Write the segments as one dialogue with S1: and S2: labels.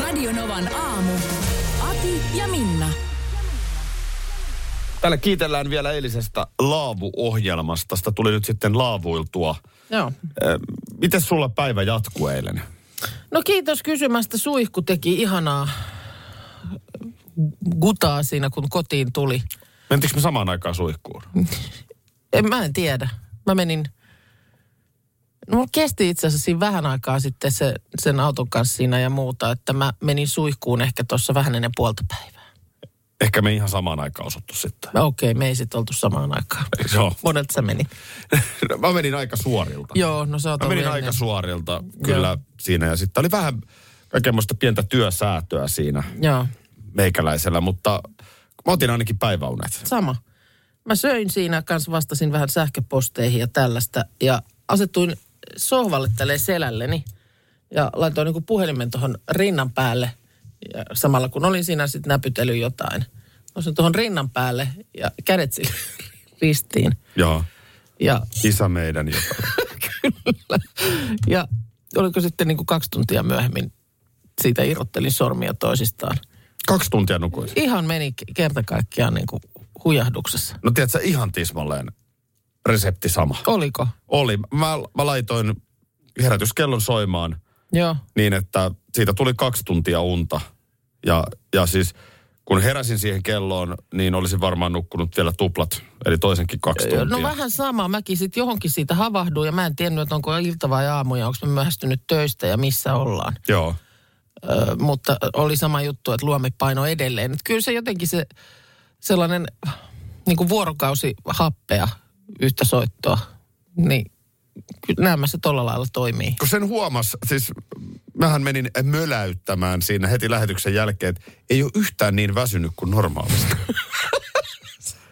S1: Radionovan aamu. Ati ja Minna.
S2: Täällä kiitellään vielä eilisestä laavuohjelmasta. Sitä tuli nyt sitten laavuiltua.
S3: Joo.
S2: Ö, Miten sulla päivä jatkuu eilen?
S3: No kiitos kysymästä. Suihku teki ihanaa gutaa siinä, kun kotiin tuli.
S2: Mentikö me samaan aikaan suihkuun?
S3: En, mä en tiedä. Mä menin... No mulla kesti itse asiassa siinä vähän aikaa sitten se, sen auton kanssa siinä ja muuta, että mä menin suihkuun ehkä tuossa vähän ennen puolta päivää.
S2: Ehkä me ei ihan samaan aikaan osuttu sitten.
S3: No Okei, okay, me ei sitten oltu samaan aikaan.
S2: Joo. No,
S3: Monelta sä meni.
S2: Mä menin aika suorilta.
S3: Joo, no sä oot
S2: Mä
S3: ollut
S2: menin
S3: ennen.
S2: aika suorilta kyllä siinä. Ja sitten oli vähän kaikenmoista pientä työsäätöä siinä
S3: Joo,
S2: meikäläisellä, mutta mä otin ainakin päiväunet.
S3: sama. Mä söin siinä kanssa, vastasin vähän sähköposteihin ja tällaista. Ja asetuin sohvalle tälleen selälleni. Ja laitoin niin puhelimen tuohon rinnan päälle. Ja samalla kun olin siinä sitten näpytely jotain. Osin tuohon rinnan päälle ja kädet sille ristiin.
S2: Joo.
S3: Ja,
S2: Isä meidän joka.
S3: ja oliko sitten niin kuin kaksi tuntia myöhemmin siitä irrottelin sormia toisistaan.
S2: Kaksi tuntia nukuin.
S3: Ihan meni kerta kaikkiaan niin kuin hujahduksessa.
S2: No tiedätkö, ihan tismalleen resepti sama.
S3: Oliko?
S2: Oli. Mä, mä laitoin herätyskellon soimaan
S3: Joo.
S2: niin, että siitä tuli kaksi tuntia unta. Ja, ja siis kun heräsin siihen kelloon, niin olisin varmaan nukkunut vielä tuplat, eli toisenkin kaksi tuntia.
S3: No vähän sama. Mäkin sitten johonkin siitä havahduin ja mä en tiennyt, että onko ilta vai aamu ja onko mä myöhästynyt töistä ja missä ollaan.
S2: Joo.
S3: Ö, mutta oli sama juttu, että luomme paino edelleen. Et kyllä se jotenkin se sellainen niin kuin vuorokausi happea yhtä soittoa, niin kyllä nämä se tolla lailla toimii.
S2: Kun sen huomas, siis mähän menin möläyttämään siinä heti lähetyksen jälkeen, että ei ole yhtään niin väsynyt kuin normaalisti.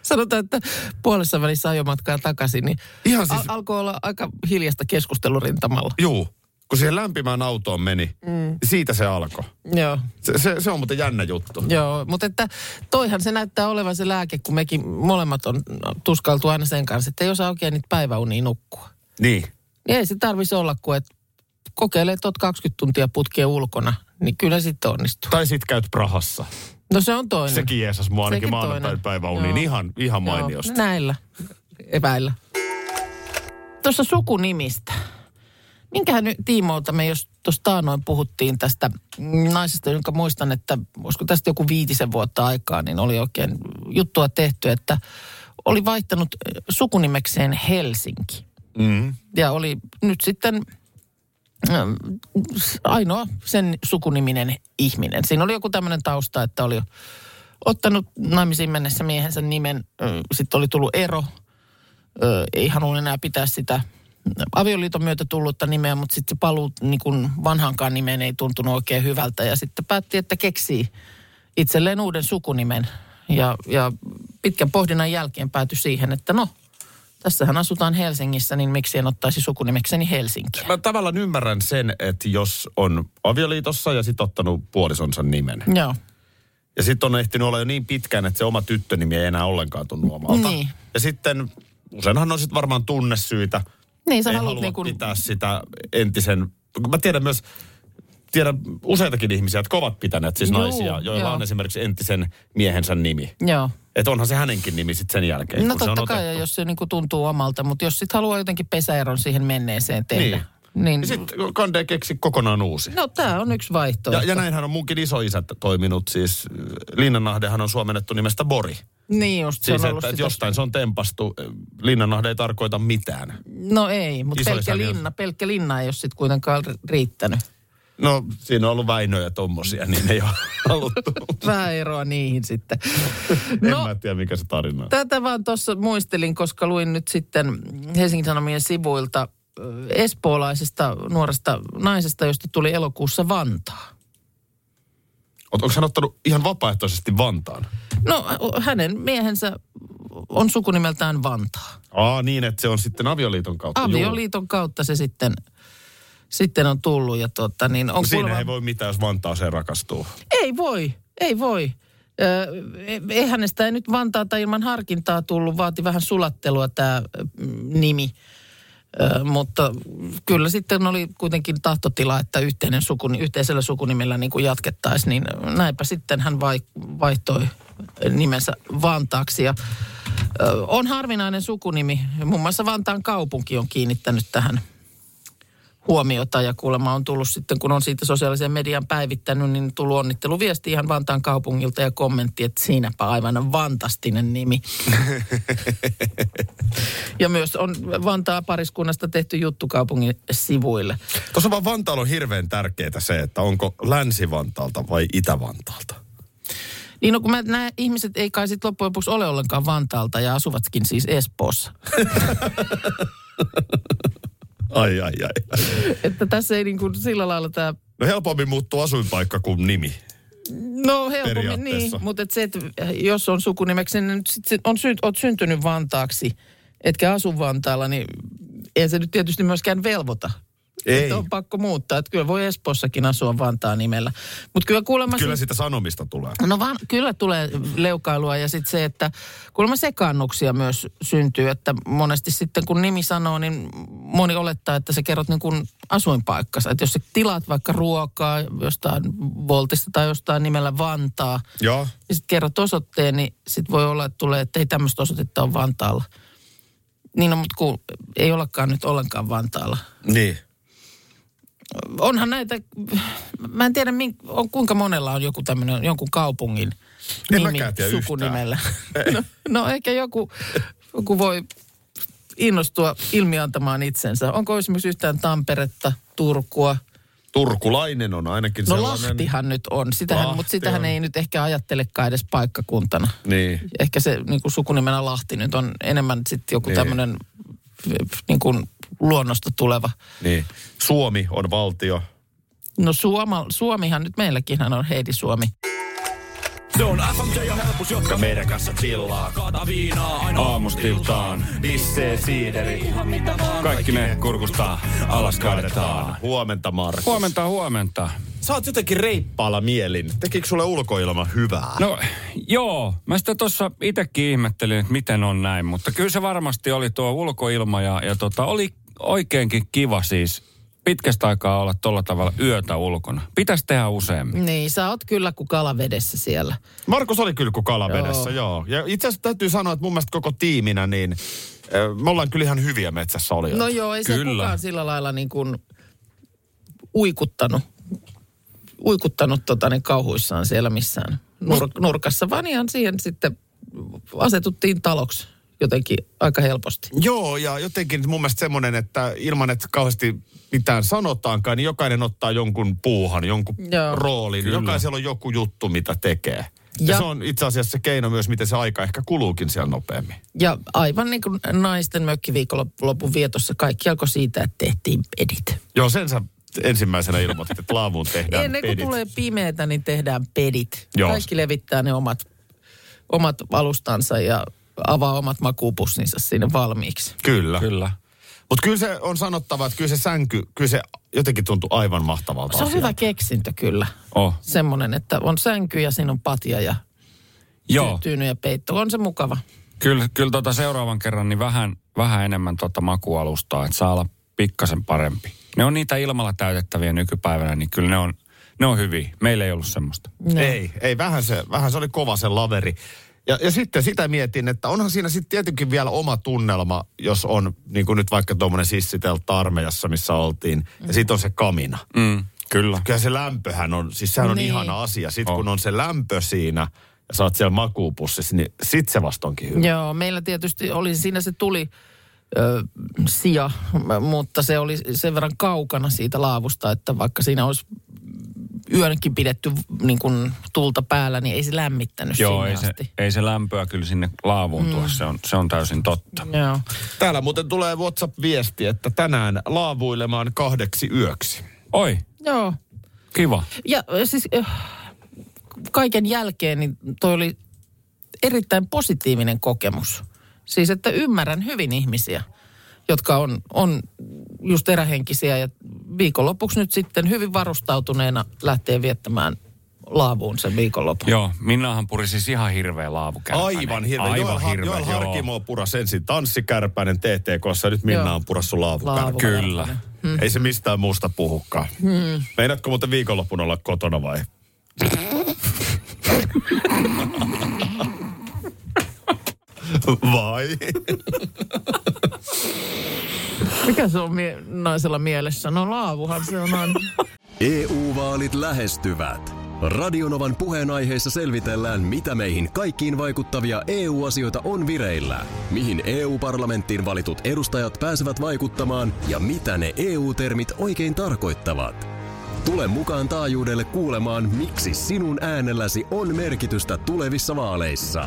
S3: Sanotaan, että puolessa välissä ajomatkaa takaisin, niin
S2: Ihan
S3: al-
S2: siis,
S3: alkoi olla aika hiljasta keskustelurintamalla.
S2: juu, kun siihen lämpimään autoon meni, mm. siitä se alkoi.
S3: Joo.
S2: Se, se, se on muuten jännä juttu.
S3: Joo, mutta että toihan se näyttää olevan se lääke, kun mekin molemmat on tuskaltu aina sen kanssa, että ei osaa oikein niitä päiväunia nukkua.
S2: Niin.
S3: Niin ei se tarvitsisi olla, kun et kokeilee tot 20 tuntia putkea ulkona, niin kyllä sitten onnistuu.
S2: Tai sit käyt Prahassa.
S3: No se on toinen.
S2: Mm. Sekin jeesas mua ainakin
S3: Sekin
S2: maanantain
S3: toinen.
S2: päiväuniin.
S3: Joo.
S2: niin Ihan, ihan mainiosti.
S3: Joo, näillä eväillä. Tuossa sukunimistä. Minkähän nyt tiimoilta me jos tuossa taanoin puhuttiin tästä mm, naisesta, jonka muistan, että olisiko tästä joku viitisen vuotta aikaa, niin oli oikein juttua tehty, että oli vaihtanut eh, sukunimekseen Helsinki.
S2: Mm.
S3: Ja oli nyt sitten ähm, s- ainoa sen sukuniminen ihminen. Siinä oli joku tämmöinen tausta, että oli ottanut naimisiin mennessä miehensä nimen, ö, sitten oli tullut ero. Ö, Ei halunnut enää pitää sitä avioliiton myötä tullutta nimeä, mutta sitten se paluu niin kuin vanhankaan nimeen ei tuntunut oikein hyvältä. Ja sitten päätti, että keksii itselleen uuden sukunimen. Ja, ja pitkän pohdinnan jälkeen päätyi siihen, että no, tässähän asutaan Helsingissä, niin miksi en ottaisi sukunimekseni Helsinkiä?
S2: Mä tavallaan ymmärrän sen, että jos on avioliitossa ja sit ottanut puolisonsa nimen.
S3: Joo.
S2: Ja sit on ehtinyt olla jo niin pitkään, että se oma tyttönimi ei enää ollenkaan tunnu omalta.
S3: Niin.
S2: Ja sitten useinhan on sit varmaan tunnesyitä.
S3: Niin, sä
S2: ei
S3: haluat
S2: halua
S3: niin kuin...
S2: pitää sitä entisen... kun Mä tiedän myös, tiedän useitakin ihmisiä, jotka ovat pitäneet siis
S3: Juu,
S2: naisia, joilla
S3: joo.
S2: on esimerkiksi entisen miehensä nimi.
S3: Joo.
S2: Että onhan se hänenkin nimi sitten sen jälkeen,
S3: No
S2: kun se on
S3: totta kai, ja
S2: otettu.
S3: jos se niinku tuntuu omalta, mutta jos sit haluaa jotenkin pesäeron siihen menneeseen tehdä, niin, niin
S2: Ja sitten Kande keksi kokonaan uusi.
S3: no tämä on yksi
S2: Ja,
S3: vaihtoehto.
S2: ja näinhän on munkin isoisä toiminut, siis äh, Linnanahdehan on suomennettu nimestä Bori.
S3: niin just, se
S2: Siis
S3: on
S2: että,
S3: ollut
S2: että
S3: sitä...
S2: jostain se on tempastu, äh, Linnanahde ei tarkoita mitään.
S3: No ei, mutta
S2: Isoisä
S3: pelkkä
S2: niin on-
S3: linna, pelkkä linna ei ole sitten kuitenkaan riittänyt.
S2: No siinä on ollut Väinöjä tommosia, niin ei ole haluttu.
S3: Vähän eroa niihin sitten.
S2: en
S3: No,
S2: mä tiedä mikä se tarina on.
S3: Tätä vaan tuossa muistelin, koska luin nyt sitten Helsingin Sanomien sivuilta ö, espoolaisesta nuoresta naisesta, josta tuli elokuussa Vantaa.
S2: Onko hän ottanut ihan vapaaehtoisesti Vantaan?
S3: No hänen miehensä on sukunimeltään Vantaa.
S2: Aa niin, että se on sitten avioliiton kautta.
S3: Avioliiton kautta se sitten, sitten on tullut. Ja tuota, niin on
S2: Juu. Siinä
S3: kuulemma-
S2: ei voi mitään, jos Vantaaseen rakastuu.
S3: Ei voi, ei voi. Ö, e- Ei hänestä ei nyt Vantaata ilman harkintaa tullut, vaati vähän sulattelua tämä nimi. Ö, Mutta kyllä sitten oli kuitenkin tahtotila, että yhteinen sukuni, yhteisellä sukunimellä niin jatkettaisiin, niin näinpä sitten hän vai- vaihtoi nimensä Vantaaksi. Ja ö, on harvinainen sukunimi. Muun muassa Vantaan kaupunki on kiinnittänyt tähän huomiota ja kuulemma on tullut sitten, kun on siitä sosiaalisen median päivittänyt, niin tullut onnitteluviesti ihan Vantaan kaupungilta ja kommentti, että siinäpä aivan fantastinen nimi. ja myös on Vantaa pariskunnasta tehty juttu kaupungin sivuille.
S2: Tuossa vaan Vantaalla on hirveän tärkeää se, että onko Länsi-Vantaalta vai Itä-Vantaalta.
S3: Niin no kun mä, nämä ihmiset ei kai sitten loppujen lopuksi ole ollenkaan Vantaalta ja asuvatkin siis Espoossa.
S2: Ai, ai, ai.
S3: että tässä ei niin kuin sillä lailla tämä
S2: No helpommin muuttuu asuinpaikka kuin nimi.
S3: No helpommin niin,
S2: periaatteessa.
S3: mutta et se, että jos on sukunimeksi, niin nyt sit se on syy, oot syntynyt Vantaaksi, etkä asu Vantaalla, niin ei se nyt tietysti myöskään velvoita.
S2: Ei.
S3: Että on pakko muuttaa, että kyllä voi Espoossakin asua Vantaan nimellä. Mutta kyllä kuulemma...
S2: Kyllä
S3: se-
S2: sitä sanomista tulee.
S3: No vaan, kyllä tulee leukailua ja sitten se, että kuulemma sekaannuksia myös syntyy, että monesti sitten kun nimi sanoo, niin moni olettaa, että sä kerrot niin kuin asuinpaikkansa. Että jos sä tilaat vaikka ruokaa jostain Voltista tai jostain nimellä Vantaa,
S2: Joo.
S3: ja sitten kerrot osoitteen, niin sitten voi olla, että tulee, että ei tämmöistä osoitetta ole Vantaalla. Niin no, mutta kun ei olekaan nyt ollenkaan Vantaalla.
S2: Niin.
S3: Onhan näitä, mä en tiedä mink, on, kuinka monella on joku tämmöinen, jonkun kaupungin
S2: En
S3: nimi
S2: Niin mäkään tiedä
S3: sukunimellä. No, no ehkä joku, joku voi innostua ilmiantamaan itsensä. Onko esimerkiksi yhtään Tamperetta, Turkua?
S2: Turkulainen on ainakin
S3: No
S2: sellainen.
S3: Lahtihan nyt on, sitähän, mutta
S2: Lahti
S3: sitähän
S2: on.
S3: ei nyt ehkä ajattelekaan edes paikkakuntana.
S2: Niin.
S3: ehkä se niin kuin sukunimenä Lahti nyt on enemmän sitten joku
S2: Niin.
S3: niin. tämmöinen niin kuin luonnosta tuleva.
S2: niin. Suomi on valtio.
S3: No Suoma, Suomihan nyt meilläkin hän on Heidi Suomi.
S4: Se on FMJ ja helpus, jotka meidän kanssa chillaa. Kaata viinaa aina aamustiltaan. Bissee, siideri. Ihan mitä vaan. Kaikki me kurkustaa, alas kaadetaan.
S2: Huomenta, Markus.
S4: Huomenta, huomenta.
S2: Sä oot jotenkin reippaalla mielin. Tekikö sulle ulkoilma hyvää?
S4: No joo, mä sitä tuossa itsekin ihmettelin, että miten on näin, mutta kyllä se varmasti oli tuo ulkoilma ja, ja tota, oli oikeinkin kiva siis pitkästä aikaa olla tuolla tavalla yötä ulkona. Pitäisi tehdä useammin.
S3: Niin, sä oot kyllä kuin kalavedessä siellä.
S2: Markus oli kyllä kuin kalavedessä, joo. joo. Ja itse asiassa täytyy sanoa, että mun mielestä koko tiiminä, niin ö, me ollaan kyllä ihan hyviä metsässä olijoita.
S3: No joo, ei se
S4: Kyllä.
S3: kukaan sillä lailla niin kuin uikuttanut, uikuttanut tota, niin kauhuissaan siellä missään nur- nurkassa, vaan ihan siihen sitten asetuttiin taloksi jotenkin aika helposti.
S2: Joo, ja jotenkin mun mielestä semmoinen, että ilman, että kauheasti mitään sanotaankaan, niin jokainen ottaa jonkun puuhan, jonkun
S3: Joo.
S2: Joo. roolin. Kyllä. Jokaisella on joku juttu, mitä tekee. Ja.
S3: Ja-
S2: ja se on itse asiassa se keino myös, miten se aika ehkä kuluukin siellä nopeammin.
S3: Ja aivan niin kuin naisten mökkiviikonlopun vietossa kaikki alkoi siitä, että tehtiin pedit.
S2: Joo, sen sä ensimmäisenä ilmoitit, että laavuun tehdään
S3: Ennen kuin
S2: pedit.
S3: tulee pimeätä, niin tehdään pedit.
S2: Joo.
S3: Kaikki levittää ne omat, omat alustansa ja avaa omat makuupussinsa sinne valmiiksi.
S2: Kyllä. kyllä.
S4: Kyllä.
S2: Mutta kyllä se on sanottava, että kyllä se sänky, kyllä se jotenkin tuntui aivan mahtavalta
S3: Se on
S2: asialta.
S3: hyvä keksintö kyllä.
S4: Oh.
S3: Semmoinen, että on sänky ja siinä on patja ja
S4: Joo.
S3: tyyny ja peitto. On se mukava.
S4: Kyllä, kyllä tota seuraavan kerran niin vähän, vähän enemmän tota makualustaa, että saa olla pikkasen parempi. Ne on niitä ilmalla täytettäviä nykypäivänä, niin kyllä ne on, ne on hyviä. Meillä ei ollut semmoista.
S3: No.
S2: Ei, ei, vähän se, vähän se oli kova se laveri. Ja, ja sitten sitä mietin, että onhan siinä sitten tietenkin vielä oma tunnelma, jos on niin kuin nyt vaikka tuommoinen sissiteltta armeijassa, missä oltiin, ja sitten on se kamina.
S4: Mm, kyllä.
S2: Kyllä se lämpöhän on, siis sehän on
S3: Niin.
S2: niin. ihana asia. Sitten
S4: On.
S2: kun on se lämpö siinä, ja sä oot siellä makuupussissa, niin sit se vasta onkin hyvä.
S3: Joo, meillä tietysti oli, siinä se tuli ö, sija, m- mutta se oli sen verran kaukana siitä laavusta, että vaikka siinä olisi yönkin pidetty niin kuin, tulta päällä, niin ei se lämmittänyt
S4: Joo,
S3: sinne
S4: ei se,
S3: asti. Mm.
S4: ei se lämpöä kyllä sinne laavuun tuo, se on, se on täysin totta.
S3: Joo.
S2: Täällä muuten tulee WhatsApp-viesti, että tänään laavuilemaan kahdeksi yöksi.
S4: Oi,
S3: Joo.
S4: kiva.
S3: Ja ö, siis, ö, äh, kaiken jälkeen, niin toi oli erittäin positiivinen kokemus. Siis, että ymmärrän hyvin ihmisiä, jotka on, on just erähenkisiä ja viikonlopuksi nyt sitten hyvin varustautuneena lähtee viettämään laavuun sen viikonlopun.
S4: Joo, Minnahan puri siis ihan hirveä laavukärpäinen.
S2: Aivan hirveä.
S4: Aivan
S2: Joel,
S4: hirveä,
S2: Joel
S4: joo.
S2: Harkimo puras ensin tanssikärpäinen TTKssa, nyt Minna
S3: Joo.
S2: on purassu laavukärpäinen.
S3: Laavukärpäinen.
S4: Kyllä.
S2: Hmm. Ei se mistään muusta puhukaan. Hmm. Meinaatko muuten viikonloppuna olla kotona vai? vai?
S3: Mikä se on mie- naisella mielessä? No laavuhan se on aina.
S5: EU-vaalit E lähestyvät. Radionovan puheenaiheessa selvitellään, mitä meihin kaikkiin vaikuttavia EU-asioita on vireillä, mihin EU-parlamenttiin valitut edustajat pääsevät vaikuttamaan ja mitä ne EU-termit oikein tarkoittavat. Tule mukaan taajuudelle kuulemaan, miksi sinun äänelläsi on merkitystä tulevissa vaaleissa.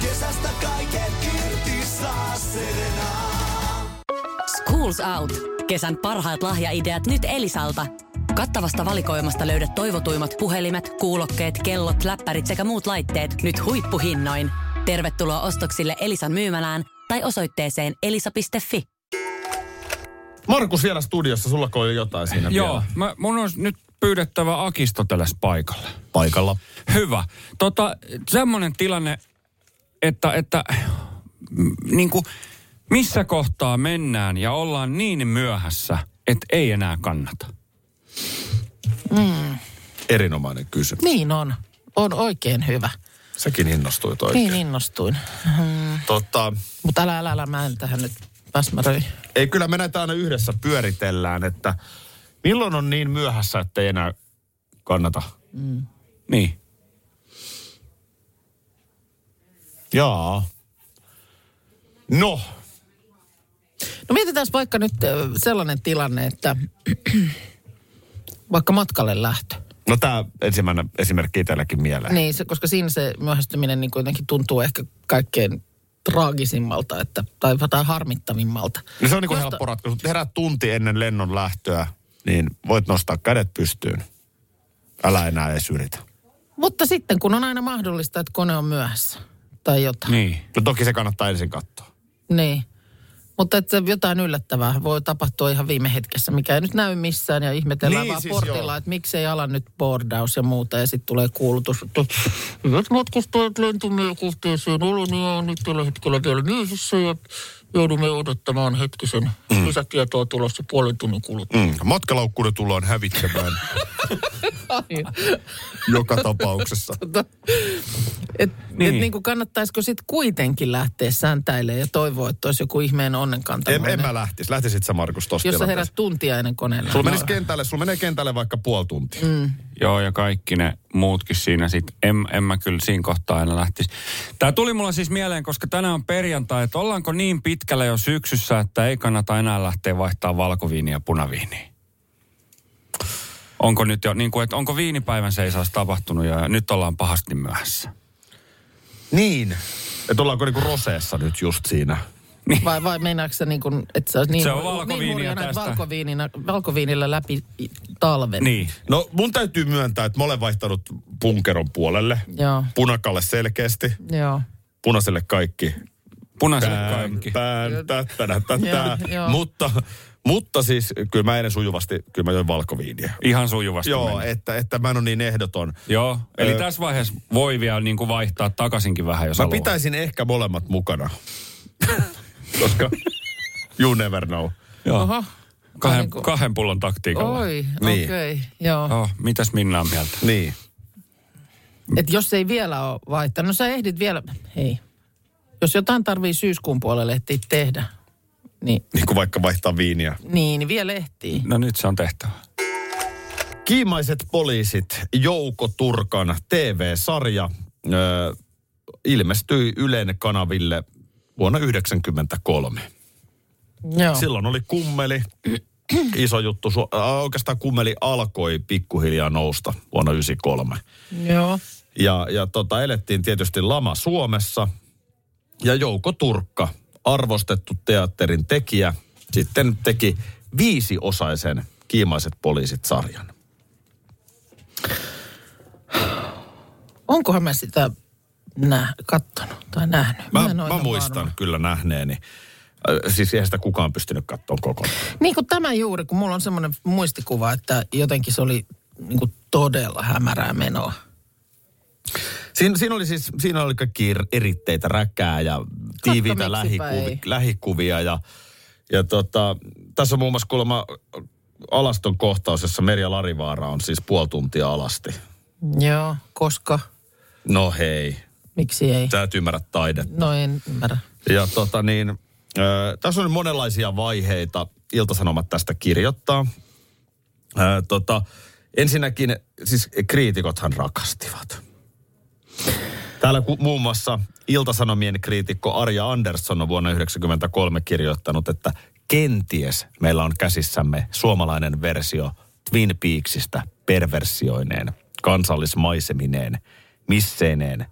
S6: kesästä kaiken irti saa Serena.
S7: Schools Out. Kesän parhaat lahjaideat nyt Elisalta. Kattavasta valikoimasta löydät toivotuimmat puhelimet, kuulokkeet, kellot, läppärit sekä muut laitteet nyt huippuhinnoin. Tervetuloa ostoksille Elisan myymälään tai osoitteeseen elisa.fi.
S2: Markus siellä studiossa, sulla oli jotain siinä
S4: Joo,
S2: vielä.
S4: mä, mun on nyt pyydettävä Akisto tällaisessa paikalle.
S2: Paikalla.
S4: Hyvä. Tota, semmoinen tilanne, että, että niin kuin, missä kohtaa mennään ja ollaan niin myöhässä, että ei enää kannata.
S2: Erinomainen kysymys.
S3: Niin on. On oikein hyvä.
S2: Säkin innostuit oikein.
S3: Niin innostuin.
S2: Tota,
S3: Mutta älä, älä, älä, mä en tähän nyt päsmäröi.
S2: ei kyllä me näitä aina yhdessä pyöritellään, että milloin on niin myöhässä, että ei enää kannata.
S4: Niin.
S2: Jaa. No,
S3: No mietitään vaikka nyt ö, sellainen tilanne, että vaikka matkalle lähtö.
S2: no tämä ensimmäinen esimerkki itselläkin mieleen.
S3: Niin, se, koska siinä se myöhästyminen niin kuitenkin tuntuu ehkä kaikkein traagisimmalta että, tai, tai harmittavimmalta.
S2: No se on niinku
S3: Nosta-
S2: helppo ratkaisu. Herää tunti ennen lennon lähtöä, niin voit nostaa kädet pystyyn. Älä enää edes yritä.
S3: Mutta sitten kun on aina mahdollista, että kone on myöhässä tai jotain.
S4: Niin.
S2: No toki se kannattaa ensin katsoa.
S3: Niin. Mutta että jotain yllättävää voi tapahtua ihan viime hetkessä, mikä ei nyt näy missään ja ihmetellään
S2: Niin,
S3: vaan
S2: siis
S3: portilla,
S2: joo.
S3: että miksei ala nyt bordaus ja muuta. Ja sitten tulee kuulutus, että hyvät matkustajat lentomielkohteeseen olonia niin on nyt tällä hetkellä vielä niissä ja joudumme odottamaan hetkisen mm. lisätietoa tulossa puolen tunnin kuluttua.
S2: Mm. Matkalaukkuuden tullaan hävittämään joka tapauksessa.
S3: Et, niin.
S4: Niin.
S3: Et niin kuin kannattaisiko sitten kuitenkin lähteä säntäilemään ja toivoa, että olisi joku ihmeen
S2: En,
S3: onnenkantamoinen,
S2: en mä lähtisi. Lähtisit sä Markus tosta
S3: jos sä
S2: tilanteesta?
S3: herät No. tuntia ennen koneen
S2: Sulla
S3: lähtöä.
S2: menisi kentälle, sulla menee kentälle vaikka puoli tuntia. Mm.
S4: Joo, ja kaikki ne muutkin siinä sit. En, en mä kyllä siinä kohtaa aina lähtisi. Tämä tuli mulla siis mieleen, koska tänään on perjantai, että ollaanko niin pitkällä jo syksyssä, että ei kannata enää lähteä vaihtaa valkoviiniä punaviiniin. Onko nyt jo, niin kuin, että onko viinipäivän seisaus tapahtunut jo, ja nyt ollaan pahasti myöhässä.
S2: Niin. Että ollaanko niinku roseessa nyt just siinä?
S3: Vai, vai meinaatko sä niin kuin, että sä oot niin,
S4: Se on
S3: niin
S4: valkoviiniä
S3: murjana, että
S4: tästä.
S3: valkoviinina, valkoviinillä läpi i- talven?
S4: Niin.
S2: No mun täytyy myöntää, että mä olen vaihtanut punkeron puolelle.
S3: Joo,
S2: Punakalle selkeästi,
S3: joo.
S2: punaiselle kaikki.
S4: Punaiselle
S2: Pään,
S4: kaikki.
S2: pään, tättänä, tättää.
S3: Joo, joo.
S2: mutta, mutta siis kyllä mä eilen sujuvasti, kyllä mä join valkoviiniä.
S4: Ihan sujuvasti
S2: Joo,
S4: meni.
S2: että, että mä en ole niin ehdoton.
S4: Joo, eli
S2: Ö-
S4: tässä vaiheessa voi vielä niin kuin vaihtaa takaisinkin vähän, jos
S2: Mä
S4: haluaa.
S2: pitäisin ehkä molemmat mukana. Koska you never know.
S4: Joo.
S3: Oho.
S4: Kahden,
S3: Niin kuin-
S4: kahden pullon taktiikalla.
S3: Oi,
S2: Niin.
S3: niin. okei, okay, joo.
S2: Oh.
S4: Joo, Oh, mitäs Minna on mieltä?
S2: Niin.
S3: Et jos ei vielä ole vaihtanut, no sä ehdit vielä, hei. Jos jotain tarvii syyskuun puolelle ehtiä tehdä, niin,
S2: Niin kuin vaikka vaihtaa viiniä.
S3: niin, niin vielä ehtii.
S4: No nyt se on tehtävä.
S2: Kiimaiset poliisit, Jouko Turkan TV-sarja ö, ilmestyi Ylen kanaville vuonna 1993.
S3: Joo.
S2: Silloin oli kummeli, iso juttu. Su- äh, Oikeastaan kummeli alkoi pikkuhiljaa nousta vuonna 1993.
S3: Joo.
S2: Ja, ja tota, elettiin tietysti lama Suomessa. Ja Jouko Turkka, arvostettu teatterin tekijä, sitten teki viisiosaisen Kiimaiset poliisit sarjan.
S3: Onkohan mä sitä nä- kattonut tai nähnyt?
S2: Mä,
S3: en oo
S2: mä
S3: ihan
S2: muistan
S3: varma.
S2: kyllä nähneeni. Ö, Siis eihän sitä kukaan pystynyt katsomaan koko.
S3: Niin kuin tämä juuri, kun mulla on semmoinen muistikuva, että jotenkin se oli niin kuin todella hämärää menoa.
S2: Siinä, siinä oli siis, siinä oli kaikki r- eritteitä, räkää ja tiiviitä
S3: Katso, miksipä
S2: lähikuvi,
S3: ei.
S2: lähikuvia. Ja, ja tota, tässä on muun muassa kuulemma alaston kohtaus, jossa Merja Larivaara on siis puoli tuntia alasti.
S3: Joo, koska,
S2: No hei,
S3: miksi ei?
S2: sä et ymmärrä taidetta.
S3: No en ymmärrä.
S2: Ja tota niin, ö, tässä on monenlaisia vaiheita. Iltasanomat tästä kirjoittaa. Ö, tota, ensinnäkin, siis kriitikothan rakastivat. Täällä ku, muun muassa Iltasanomien kriitikko Arja Andersson on vuonna 1993 kirjoittanut, että kenties meillä on käsissämme suomalainen versio Twin Peaksista perversioineen, kansallismaisemineen, misseineen,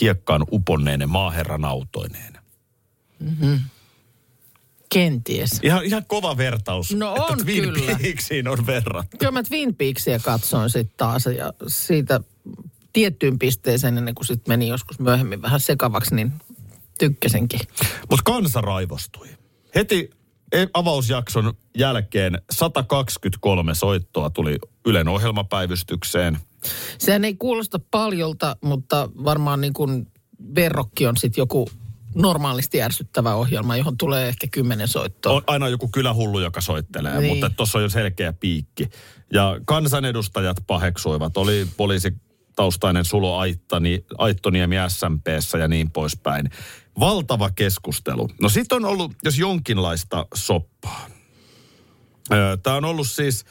S2: hiekkaan uponneinen maaherran autoineen.
S3: Kenties.
S2: Ihan, ihan kova vertaus,
S3: No
S2: että
S3: on
S2: Twin
S3: kyllä.
S2: Peaksiin on verrattu.
S3: Kyllä mä Twin Peaksia katsoin sitten taas ja siitä tiettyyn pisteeseen ennen kuin sitten meni joskus myöhemmin vähän sekavaksi, niin tykkäsinkin.
S2: Mutta kansa raivostui. Heti e- avausjakson jälkeen 123 soittoa tuli Ylen ohjelmapäivystykseen.
S3: Sehän ei kuulosta paljolta, mutta varmaan niin kuin verrokki on sitten joku normaalisti ärsyttävä ohjelma, johon tulee ehkä kymmenen soittoa.
S2: On aina joku kylähullu, joka soittelee, niin.
S3: Niin.
S2: mutta tuossa on jo selkeä piikki. Ja kansanedustajat paheksuivat. Oli poliisi taustainen Sulo Aittani, Aittoniemi SMPssä ja niin poispäin. Valtava keskustelu. No sit on ollut, jos jonkinlaista soppaa. Tämä on ollut siis,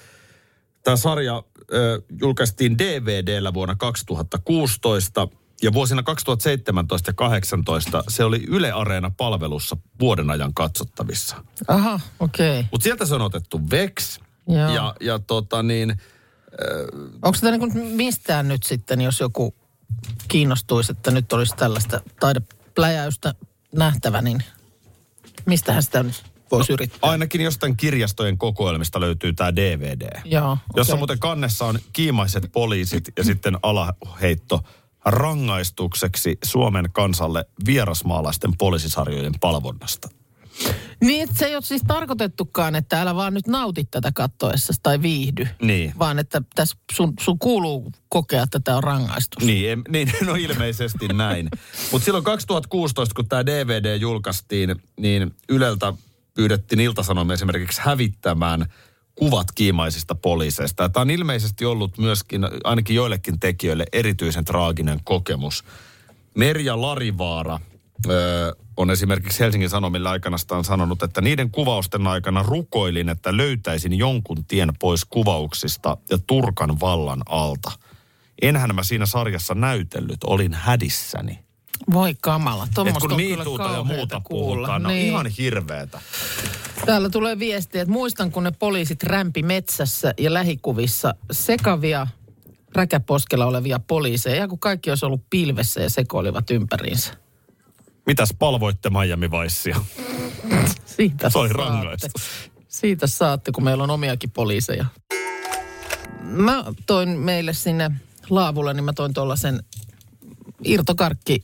S2: tämä sarja ö, julkaistiin DVDllä vuonna 2016 ja vuosina 2017 ja 2018 se oli Yle Areena palvelussa vuoden ajan katsottavissa.
S3: Aha, okei. Okay.
S2: Mutta sieltä se on otettu Vex.
S3: Joo.
S2: Ja, ja tota niin,
S3: Onko sitä niin kuin mistään nyt sitten, jos joku kiinnostuisi, että nyt olisi tällaista taidepläjäystä nähtävä, niin mistähän sitä nyt
S2: No,
S3: voisi yrittää?
S2: ainakin jostain kirjastojen kokoelmista löytyy tämä DVD.
S3: Joo, okei.
S2: Jossa muuten kannessa on kiimaiset poliisit ja sitten alaheitto rangaistukseksi Suomen kansalle vierasmaalaisten poliisisarjojen palvonnasta.
S3: Niin, että se ei ole siis tarkoitettukaan, että älä vaan nyt nauti tätä kattoessa tai viihdy.
S2: Niin.
S3: Vaan että tässä sun, sun kuuluu kokea, että tämä on rangaistus.
S2: Niin, em, niin no ilmeisesti näin. Mutta silloin 2016, kun tämä DVD julkaistiin, niin Yleltä pyydettiin Iltasanomme esimerkiksi hävittämään kuvat kiimaisista poliiseista. Tämä on ilmeisesti ollut myöskin ainakin joillekin tekijöille erityisen traaginen kokemus. Merja Larivaara ö, on esimerkiksi Helsingin Sanomilla aikanaan sanonut, että niiden kuvausten aikana rukoilin, että löytäisin jonkun tien pois kuvauksista ja Turkan vallan alta. Enhän mä siinä sarjassa näytellyt, olin hädissäni.
S3: Voi kamala.
S2: Et
S3: Tuommoista
S2: kun
S3: on kyllä
S2: miituuta ja
S3: kauheata
S2: muuta
S3: kuulla.
S2: puhutaan, no
S3: niin.
S2: ihan hirveetä.
S3: Täällä tulee viesti, että muistan kun ne poliisit rämpi metsässä ja lähikuvissa sekavia räkäposkella olevia poliiseja, ihan kun kaikki olisi ollut pilvessä ja sekoilivat ympäriinsä.
S2: Mitäs palvoitte Miami Vicea?
S3: Siitä
S2: Se oli
S3: saatte.
S2: rangaistus.
S3: Siitä saatte, kun meillä on omiakin poliiseja. Mä toin meille sinne laavulle, niin mä toin tuollaisen irtokarkki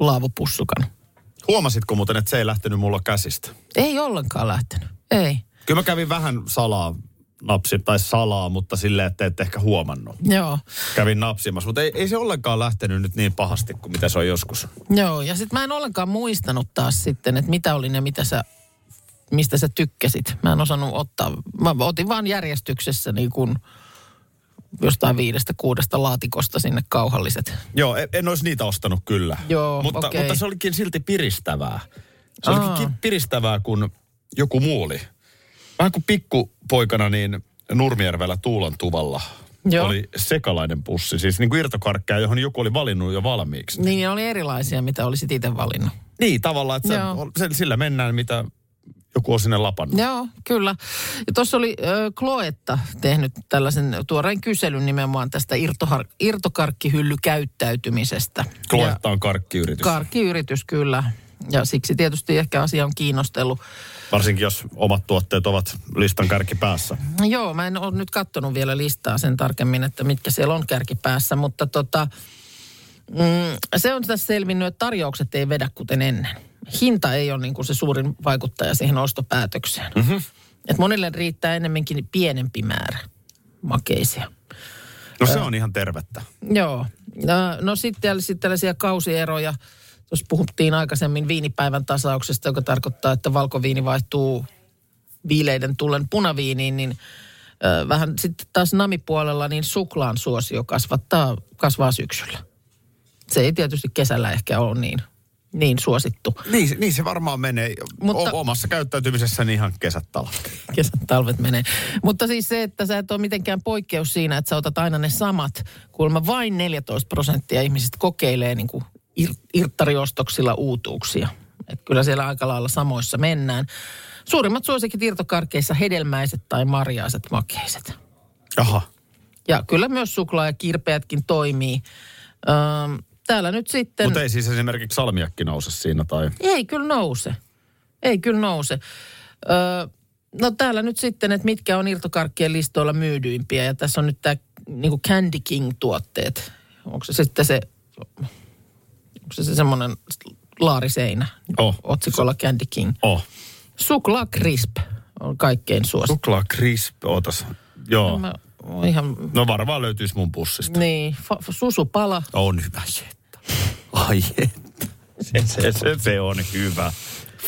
S3: laavupussukan.
S2: Huomasitko muuten, että se ei lähtenyt mulla käsistä?
S3: Ei ollenkaan lähtenyt. Ei.
S2: Kyllä mä kävin vähän salaa napsi tai salaa, mutta silleen, että ette ehkä huomannut.
S3: Joo.
S2: Kävin napsimassa, mutta ei, ei se ollenkaan lähtenyt nyt niin pahasti kuin mitä se on joskus.
S3: Joo, ja sitten mä en ollenkaan muistanut taas sitten, että mitä oli ne, mitä sä, mistä sä tykkäsit. Mä en osannut ottaa, mä otin vaan järjestyksessä niin kuin jostain viidestä kuudesta laatikosta sinne kauhalliset.
S2: Joo, en, en olisi niitä ostanut kyllä.
S3: Joo,
S2: mutta,
S3: okei.
S2: mutta se olikin silti piristävää. Se olikin
S3: Aa.
S2: ki- piristävää, kun joku muu oli. Vähän kuin pikkupoikana niin Nurmijärvellä Tuulan tuvalla
S3: Joo.
S2: oli sekalainen pussi, siis niin kuin irtokarkkeja, johon joku oli valinnut jo valmiiksi.
S3: Niin ne oli erilaisia, mitä olisit itse valinnut.
S2: Niin, tavallaan, että sä,
S3: Joo.
S2: se- sillä mennään, mitä joku on sinne lapannut.
S3: Joo, kyllä. Ja tuossa oli äh, Kloetta tehnyt tällaisen tuoreen kyselyn nimenomaan tästä irtohar- irtokarkkihyllykäyttäytymisestä. Ja-
S2: Kloetta on karkkiyritys.
S3: Karkkiyritys, kyllä. Ja siksi tietysti ehkä asia on kiinnostellut.
S2: Varsinkin jos omat tuotteet ovat listan kärki päässä.
S3: No Joo, mä en ole nyt katsonut vielä listaa sen tarkemmin, että mitkä siellä on kärkipäässä, mutta tota, mm, se on tässä selvinnyt, että tarjoukset ei vedä kuten ennen. Hinta ei ole niin kuin se suurin vaikuttaja siihen ostopäätökseen. Mm-hmm. Et monille riittää enemmänkin pienempi määrä makeisia.
S2: No se on ihan tervettä.
S3: Joo. No, no sitten sit tällaisia kausieroja. Tuossa puhuttiin aikaisemmin viinipäivän tasauksesta, joka tarkoittaa, että valkoviini vaihtuu viileiden tullen punaviiniin, niin ö, vähän sitten taas namipuolella niin suklaan suosio kasvattaa, kasvaa syksyllä. Se ei tietysti kesällä ehkä ole niin, niin suosittu.
S2: Niin, niin se varmaan menee
S3: Mutta-
S2: Mutta... o- omassa käyttäytymisessäni ihan kesätalo.
S3: kesät, talvet menee. Mutta siis se, että sä et ole mitenkään poikkeus siinä, että sä otat aina ne samat. Kuulemma vain 14 prosenttia ihmisistä kokeilee niin kuin ir- irttariostoksilla uutuuksia. Et kyllä siellä aika lailla samoissa mennään. Suurimmat suosikit irtokarkeissa hedelmäiset tai marjaiset makeiset.
S2: Jaha.
S3: Ja kyllä myös suklaa ja kirpeätkin toimii. Öm, täällä nyt sitten...
S2: Mutta ei siis esimerkiksi salmiakki nouse siinä tai...
S3: Ei kyllä nouse. Ei kyllä nouse. Öö, no täällä nyt sitten, että mitkä on irtokarkkien listoilla myydyimpiä. Ja tässä on nyt tämä niinku Candy King-tuotteet. Onko se sitten se, onko se, se semmoinen laariseinä
S2: Oh.
S3: otsikolla Candy King?
S2: Oh.
S3: Suklaa Crisp on kaikkein suosittu.
S2: Suklaa crisp, ootas. Joo.
S3: Mä oon ihan,
S2: No varmaan löytyisi mun pussista.
S3: niin, fa, susupala.
S2: On hyvä jetta. Ai jetta. Se, se, se, se on hyvä.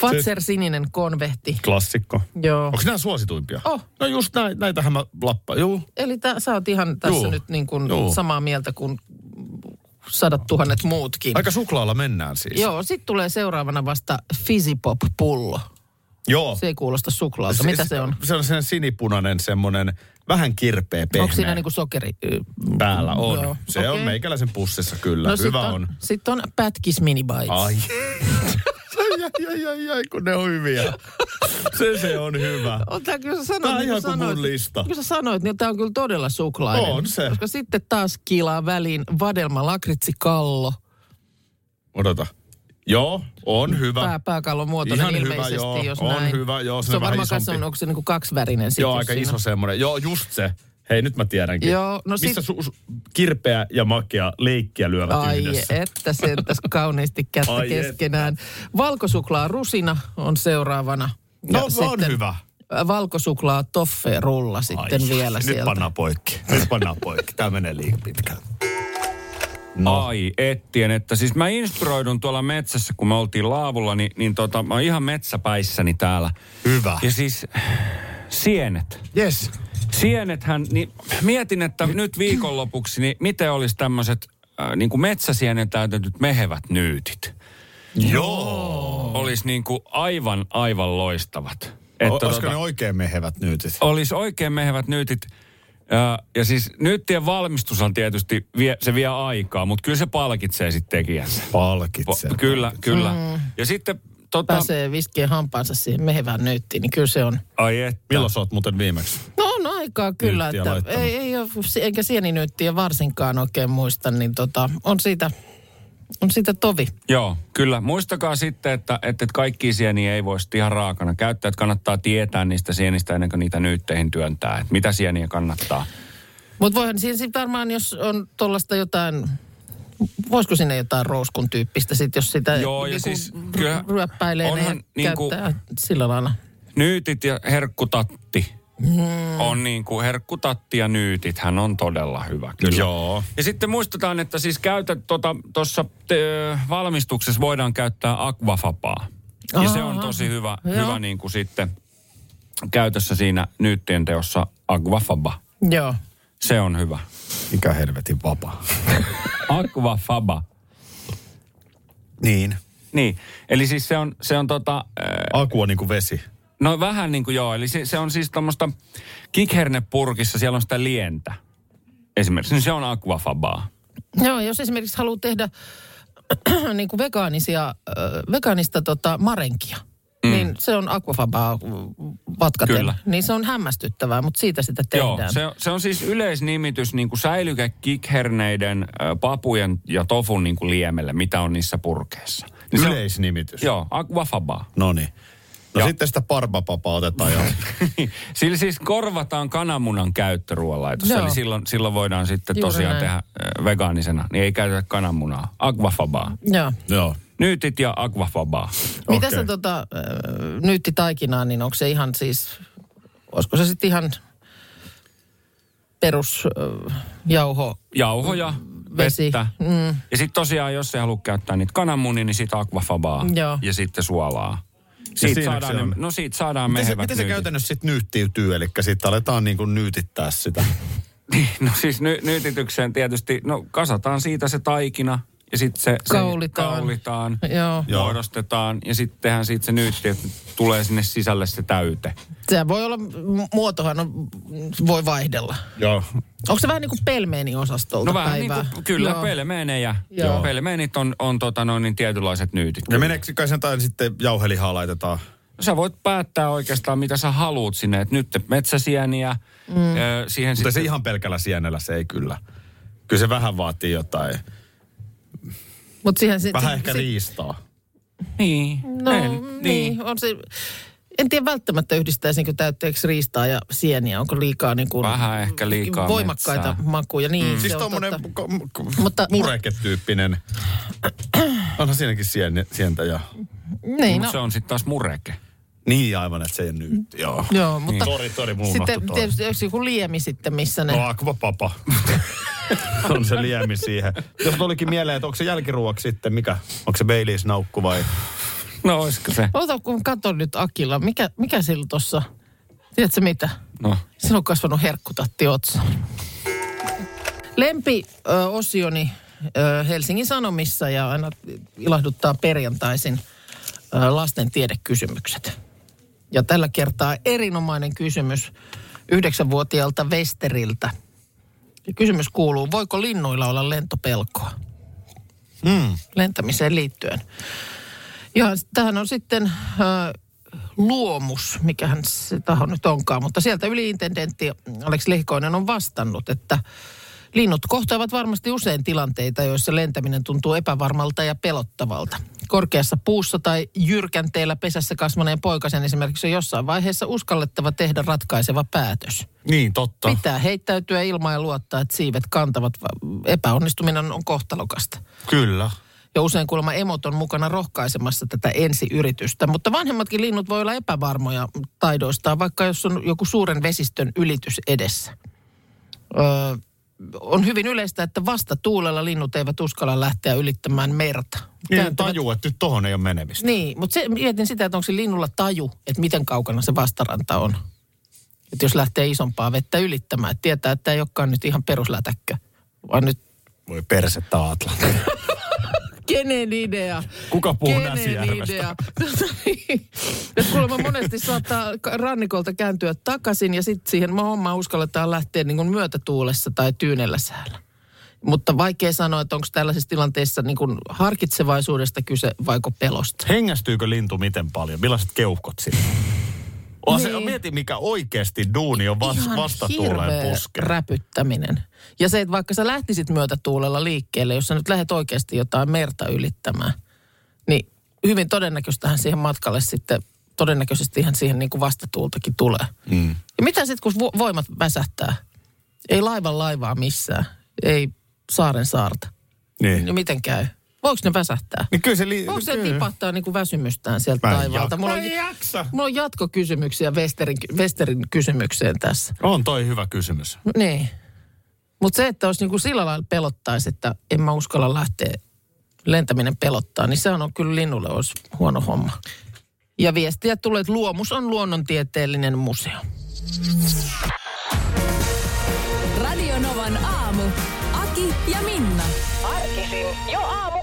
S3: Fatser sininen konvehti.
S2: Klassikko.
S3: Joo.
S2: Onko nämä suosituimpia?
S3: Oh.
S2: No just näin, näitähän mä lappaan. Joo.
S3: Eli tää, sä oot ihan tässä
S2: Juu,
S3: nyt niin kuin
S2: juu.
S3: samaa mieltä kuin sadat tuhannet muutkin.
S2: Aika suklaalla mennään siis.
S3: Joo, sitten tulee seuraavana vasta Fizipop-pullo.
S2: Joo.
S3: Se ei kuulosta suklaalta. Mitä
S2: Siis
S3: se on?
S2: Se on sen sinipunainen semmonen, vähän kirpeä pehmeä.
S3: Onko siinä niinku sokeri? y-
S2: Päällä on.
S3: Joo,
S2: Se on
S3: okei.
S2: meikäläisen pussissa kyllä.
S3: No
S2: No,
S3: sit
S2: Hyvä
S3: on,
S2: on.
S3: Sitten on pätkis minibites.
S2: Ai. ai, ai, ai, ai, kun ne on hyviä. se, se on hyvä.
S3: On tää, kun sä sanoit,
S2: Tää on
S3: niin
S2: ihan kuin
S3: sanoit,
S2: mun lista.
S3: Kun sä sanoit, niin tää on kyllä todella suklainen.
S2: On se.
S3: Koska sitten taas kilaa väliin vadelma, lakritsi, kallo.
S2: Odota. Joo, on hyvä.
S3: Pää, pääkallon muotoinen
S2: Ihan hyvä,
S3: ilmeisesti,
S2: joo.
S3: jos
S2: On
S3: näin.
S2: hyvä, joo, se
S3: Se
S2: on
S3: on
S2: vähän
S3: varmaan kanssa,
S2: isompi.
S3: onko se niinku kaksivärinen sit,
S2: Joo,
S3: jos
S2: aika
S3: siinä-
S2: iso semmoinen. Joo, just se. Hei, nyt mä tiedänkin.
S3: Joo, no
S2: Missä
S3: sit-
S2: su- su- kirpeä ja makea leikkiä lyövät
S3: Ai
S2: yhdessä?
S3: että sentäs kauniisti kättä
S2: Ai
S3: keskenään. Valkosuklaa rusina on seuraavana.
S2: No, on hyvä.
S3: Valkosuklaa toffee rulla sitten
S2: Ai,
S3: vielä
S2: nyt
S3: sieltä.
S2: pannaan poikki. Nyt pannaan poikki. Tämä menee liian pitkään.
S4: No. Ai ettien, että siis mä inspiroidun tuolla metsässä, kun me oltiin laavulla, niin, niin tota, mä oon ihan metsäpäissäni täällä.
S2: Hyvä.
S4: Ja siis sienet.
S2: Yes.
S4: Sienethän, niin mietin, että nyt viikonlopuksi, niin miten olisi tämmöiset äh, niin kuin metsäsienen täytetyt mehevät nyytit. Joo. Olisi niin kuin aivan, aivan loistavat. tota-
S2: O- olisiko ne oikein mehevät nyytit?
S4: olisi oikein mehevät nyytit. Ja, ja siis nyyttien valmistus on tietysti, vie, se vie aikaa, mutta kyllä se palkitsee sitten tekijänsä.
S2: Palkitsen.
S4: Va- kyllä, kyllä. Mm. Ja sitten, tota,
S3: Pääsee viskee hampaansa siihen mehevään nyyttiin, niin kyllä se on.
S4: ai että.
S2: Milloin sä oot muuten viimeksi?
S3: No on aikaa kyllä,
S2: Nyyttiä
S3: että
S2: laittanut.
S3: ei, ei ole, eikä sieninyyttiä varsinkaan oikein muista, niin tota, on siitä, on siitä tovi.
S4: Joo, kyllä. Muistakaa sitten, että, että kaikki sieniä ei voi sitten ihan raakana käyttää. Että kannattaa tietää niistä sienistä ennen kuin niitä nyytteihin työntää. Että mitä sieniä kannattaa.
S3: Mutta voihan siinä sit varmaan, jos on tuollaista jotain, voisiko sinne jotain rouskun tyyppistä sit, jos sitä
S4: Joo, ja
S3: niinku
S4: siis
S3: r-
S4: kyllähän-
S3: ryöppäilee,
S4: onhan
S3: niin
S4: niinku-
S3: käyttää sillä lailla.
S4: Nyytit ja herkkutatti. Mm. On niin kuin herkkutatti ja nyytithän on todella hyvä kyllä.
S2: Joo.
S4: Ja sitten muistetaan, että siis käytä tuossa tota, öö, valmistuksessa voidaan käyttää akvafapaa. Ja se on
S3: Aha.
S4: tosi hyvä,
S3: Joo.
S4: hyvä niin kuin sitten käytössä siinä nyyttien teossa akvafaba.
S3: Joo.
S4: Se on hyvä.
S2: Mikä helvetin vapaa.
S4: Akvafaba.
S2: Niin.
S4: Niin, eli siis se on, se on tota, öö,
S2: Aku on niin kuin vesi.
S4: no vähän niin kuin joo, eli se, se on siis tuommoista kikhernepurkissa, siellä on sitä lientä. esimerkiksi, niin se on aquafabaa.
S3: Joo, jos esimerkiksi haluaa tehdä niin kuin vegaanisia, äh, vegaanista tota, marenkia, mm. niin se on aquafabaa vatkaten.
S4: Kyllä.
S3: Niin se on hämmästyttävää, mutta siitä sitä tehdään.
S4: Joo, se, on- se on siis yleisnimitys niin kuin säilykekikherneiden, ö, papujen ja tofun niin kuin liemelle, mitä on niissä purkeissa. Niin se on-
S2: Yleisnimitys.
S4: Joo, aquafabaa.
S2: No niin. No
S4: Ja-
S2: sitten sitä parbapapaa otetaan jo.
S4: Sillä siis korvataan kananmunan käyttö ruoanlaitossa.
S3: Joo.
S4: Eli silloin, silloin voidaan sitten
S3: Juuri
S4: tosiaan
S3: näin.
S4: tehdä ö, vegaanisena. Niin ei käytetä kananmunaa. Aquafabaa.
S3: Joo.
S2: Joo.
S4: Nyytit ja aquafabaa.
S3: Mitä
S2: Okei.
S3: sä tota, äh, nyytti taikinaa, niin onko se ihan siis, olisiko se sitten ihan perusjauho?
S4: Jauhoja,
S3: Vesi.
S4: vettä. Mm. Ja sitten tosiaan, jos ei halua käyttää niitä kananmunia, niin sitten aquafabaa.
S3: Joo.
S4: Ja sitten suolaa. Siitä
S2: siinäkö
S4: saadaan,
S2: se on?
S4: ne, no siitä saadaan
S2: Miten se,
S4: mehevät
S2: miten se
S4: nyytit.
S2: käytännössä sitten nyyttiytyy? Eli sitten aletaan niin kuin nyytittää sitä.
S4: No siis ny, nyytitykseen tietysti, no kasataan siitä se taikina ja sitten se, se
S3: Kaulitaan.
S4: kaulitaan
S3: Joo.
S2: Joo.
S4: muodostetaan ja sitten tehdään siitä se nyytti, että tulee sinne sisälle se täyte.
S3: Se voi olla, mu- muotohan on, voi vaihdella.
S2: Joo.
S3: Onko se vähän niin kuin pelmeeni-osastolta
S4: No vähän niin
S3: päivää?
S4: kuin, kyllä,
S3: Joo.
S4: pelmeenejä.
S3: Joo.
S4: Pelmeenit on, on tota noin, niin tietynlaiset nyytit.
S2: Ja meneekö kai sen tai sitten jauhelihaa laitetaan?
S4: Sä voit päättää oikeastaan, mitä sä haluut sinne. Et nyt metsäsieniä, mm. ö, siihen
S2: Mutta
S4: sitten...
S2: se ihan pelkällä sienellä se ei kyllä. Kyllä se vähän vaatii jotain.
S3: Mut siihen sit,
S2: Vähän ehkä
S3: sit-
S2: riistaa.
S4: Niin.
S3: No
S4: Ei,
S3: niin. niin, on se... En tiedä välttämättä yhdistäisinkö täytteeksi riistaa ja sieniä. Onko liikaa niin kuin
S4: Vähän ehkä liikaa
S3: voimakkaita
S4: metsää.
S3: makuja. Niin, mm.
S2: Siis tommonen
S3: Mutta-
S2: Mutta... mureketyyppinen. Onhan siinäkin sien, sientä ja...
S3: Niin,
S4: Mutta
S3: no,
S4: se on sitten taas mureke.
S2: Niin aivan, että se ei ole nyt. Joo.
S3: joo, mutta
S2: Sori, sori, mun
S3: sitten
S2: unohtui toi.
S3: tietysti onko joku liemi sitten, missä ne...
S2: No akvapapa. on se liemi siihen. Jos tulikin mieleen, että onko se jälkiruoksi sitten, mikä? Onko se Baileys naukku vai?
S4: No olisiko se?
S3: Ota, kun katon nyt Akilla, mikä, mikä sillä tuossa... Tiedätkö mitä?
S4: No.
S3: Sillä on kasvanut herkkutatti otsaan. Lempi ö, osioni ö, Helsingin Sanomissa ja aina ilahduttaa perjantaisin ö, lasten tiedekysymykset. Ja tällä kertaa erinomainen kysymys yhdeksänvuotiaalta Westeriltä. Ja kysymys kuuluu, voiko linnuilla olla lentopelkoa? Mm. Lentämiseen liittyen. Ja tähän on sitten ö, luomus, mikähän se taho nyt onkaan, mutta sieltä yliintendentti Alex Lehkoinen on vastannut, että linnut kohtaavat varmasti usein tilanteita, joissa lentäminen tuntuu epävarmalta ja pelottavalta. Korkeassa puussa tai jyrkänteellä pesässä kasvaneen poikasen esimerkiksi on jossain vaiheessa uskallettava tehdä ratkaiseva päätös.
S2: Niin, totta.
S3: Pitää heittäytyä ilmaan ja luottaa, että siivet kantavat. va- Epäonnistuminen on kohtalokasta.
S2: Kyllä.
S3: Ja usein kuulemma emot on mukana rohkaisemassa tätä ensiyritystä. Mutta vanhemmatkin linnut voi olla epävarmoja taidoistaan, vaikka jos on joku suuren vesistön ylitys edessä. Öö, on hyvin yleistä, että vasta tuulella linnut eivät uskalla lähteä ylittämään merta.
S2: Niin, en
S3: Kääntyvät-
S2: tajua, että nyt tohon ei ole menemistä.
S3: Niin, mutta se, mietin sitä, että onko se linnulla taju, että miten kaukana se vastaranta on. Että jos lähtee isompaa vettä ylittämään, että tietää, että ei olekaan nyt ihan peruslätäkkö, vaan nyt
S2: Voi persettä Atlantti.
S3: Kenen idea?
S2: Kuka puhuu
S3: Kenen
S2: Näsijärvestä?
S3: idea? Tota niin. Et kuulemma monesti saattaa ka- rannikolta kääntyä takaisin ja sitten siihen hommaan uskalletaan lähteä niin kuin myötätuulessa tai tyynellä säällä. Mutta vaikea sanoa, että onko tällaisessa tilanteessa niin kuin harkitsevaisuudesta kyse vaiko pelosta.
S2: Hengästyykö lintu miten paljon? Millaiset keuhkot sillä? on? Se,
S3: Niin.
S2: mieti, mikä oikeasti duuni on vas,
S3: Ihan
S2: vastatuuleen
S3: hirveä
S2: puske.
S3: räpyttäminen. Ja se, että vaikka sä lähtisit myötätuulella liikkeelle, jos sä nyt lähdet oikeasti jotain merta ylittämään, niin hyvin todennäköistähän siihen matkalle sitten, todennäköisesti ihan siihen niin kuin vastatuultakin tulee. Mm. Ja mitä sitten, kun vo- voimat väsähtää? Ei laivan laivaa missään, ei saaren saarta.
S2: Niin.
S3: Niin miten käy? Voiko ne väsähtää?
S2: Niin kyllä se... Li-
S3: Voiko se
S2: kyllä.
S3: tipahtaa niin kuin väsymystään sieltä
S2: Mä en
S3: taivaalta?
S2: jak-
S3: Mulla on,
S2: mä en jaksa.
S3: mulla on jatkokysymyksiä Westerin, Westerin kysymykseen tässä.
S2: On toi hyvä kysymys.
S3: Niin. Mutta se, että olisi niinku sillä lailla pelottaisi, että en mä uskalla lähteä lentäminen pelottaa, niin sehän on kyllä linnulle olisi huono homma. Ja viestiä tulee, että luomus on luonnontieteellinen museo.
S1: Radio Novan aamu. Aki ja Minna.
S8: Arkisin jo aamu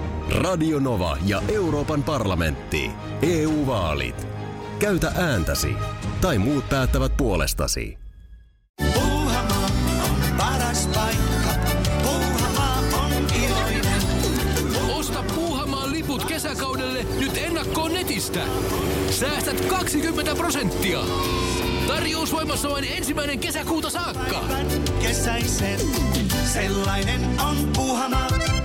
S5: Radio Nova ja Euroopan parlamentti. EU-vaalit. Käytä ääntäsi. Tai muut päättävät puolestasi.
S6: Puuhamaa on paras paikka. Puuhamaa on iloinen.
S9: Osta Puuhamaan liput kesäkaudelle nyt ennakkoon netistä. Säästät 20 prosenttia. Tarjous voimassa vain ensimmäinen kesäkuuta saakka.
S6: Kesäisen. Sellainen on Puuhamaa.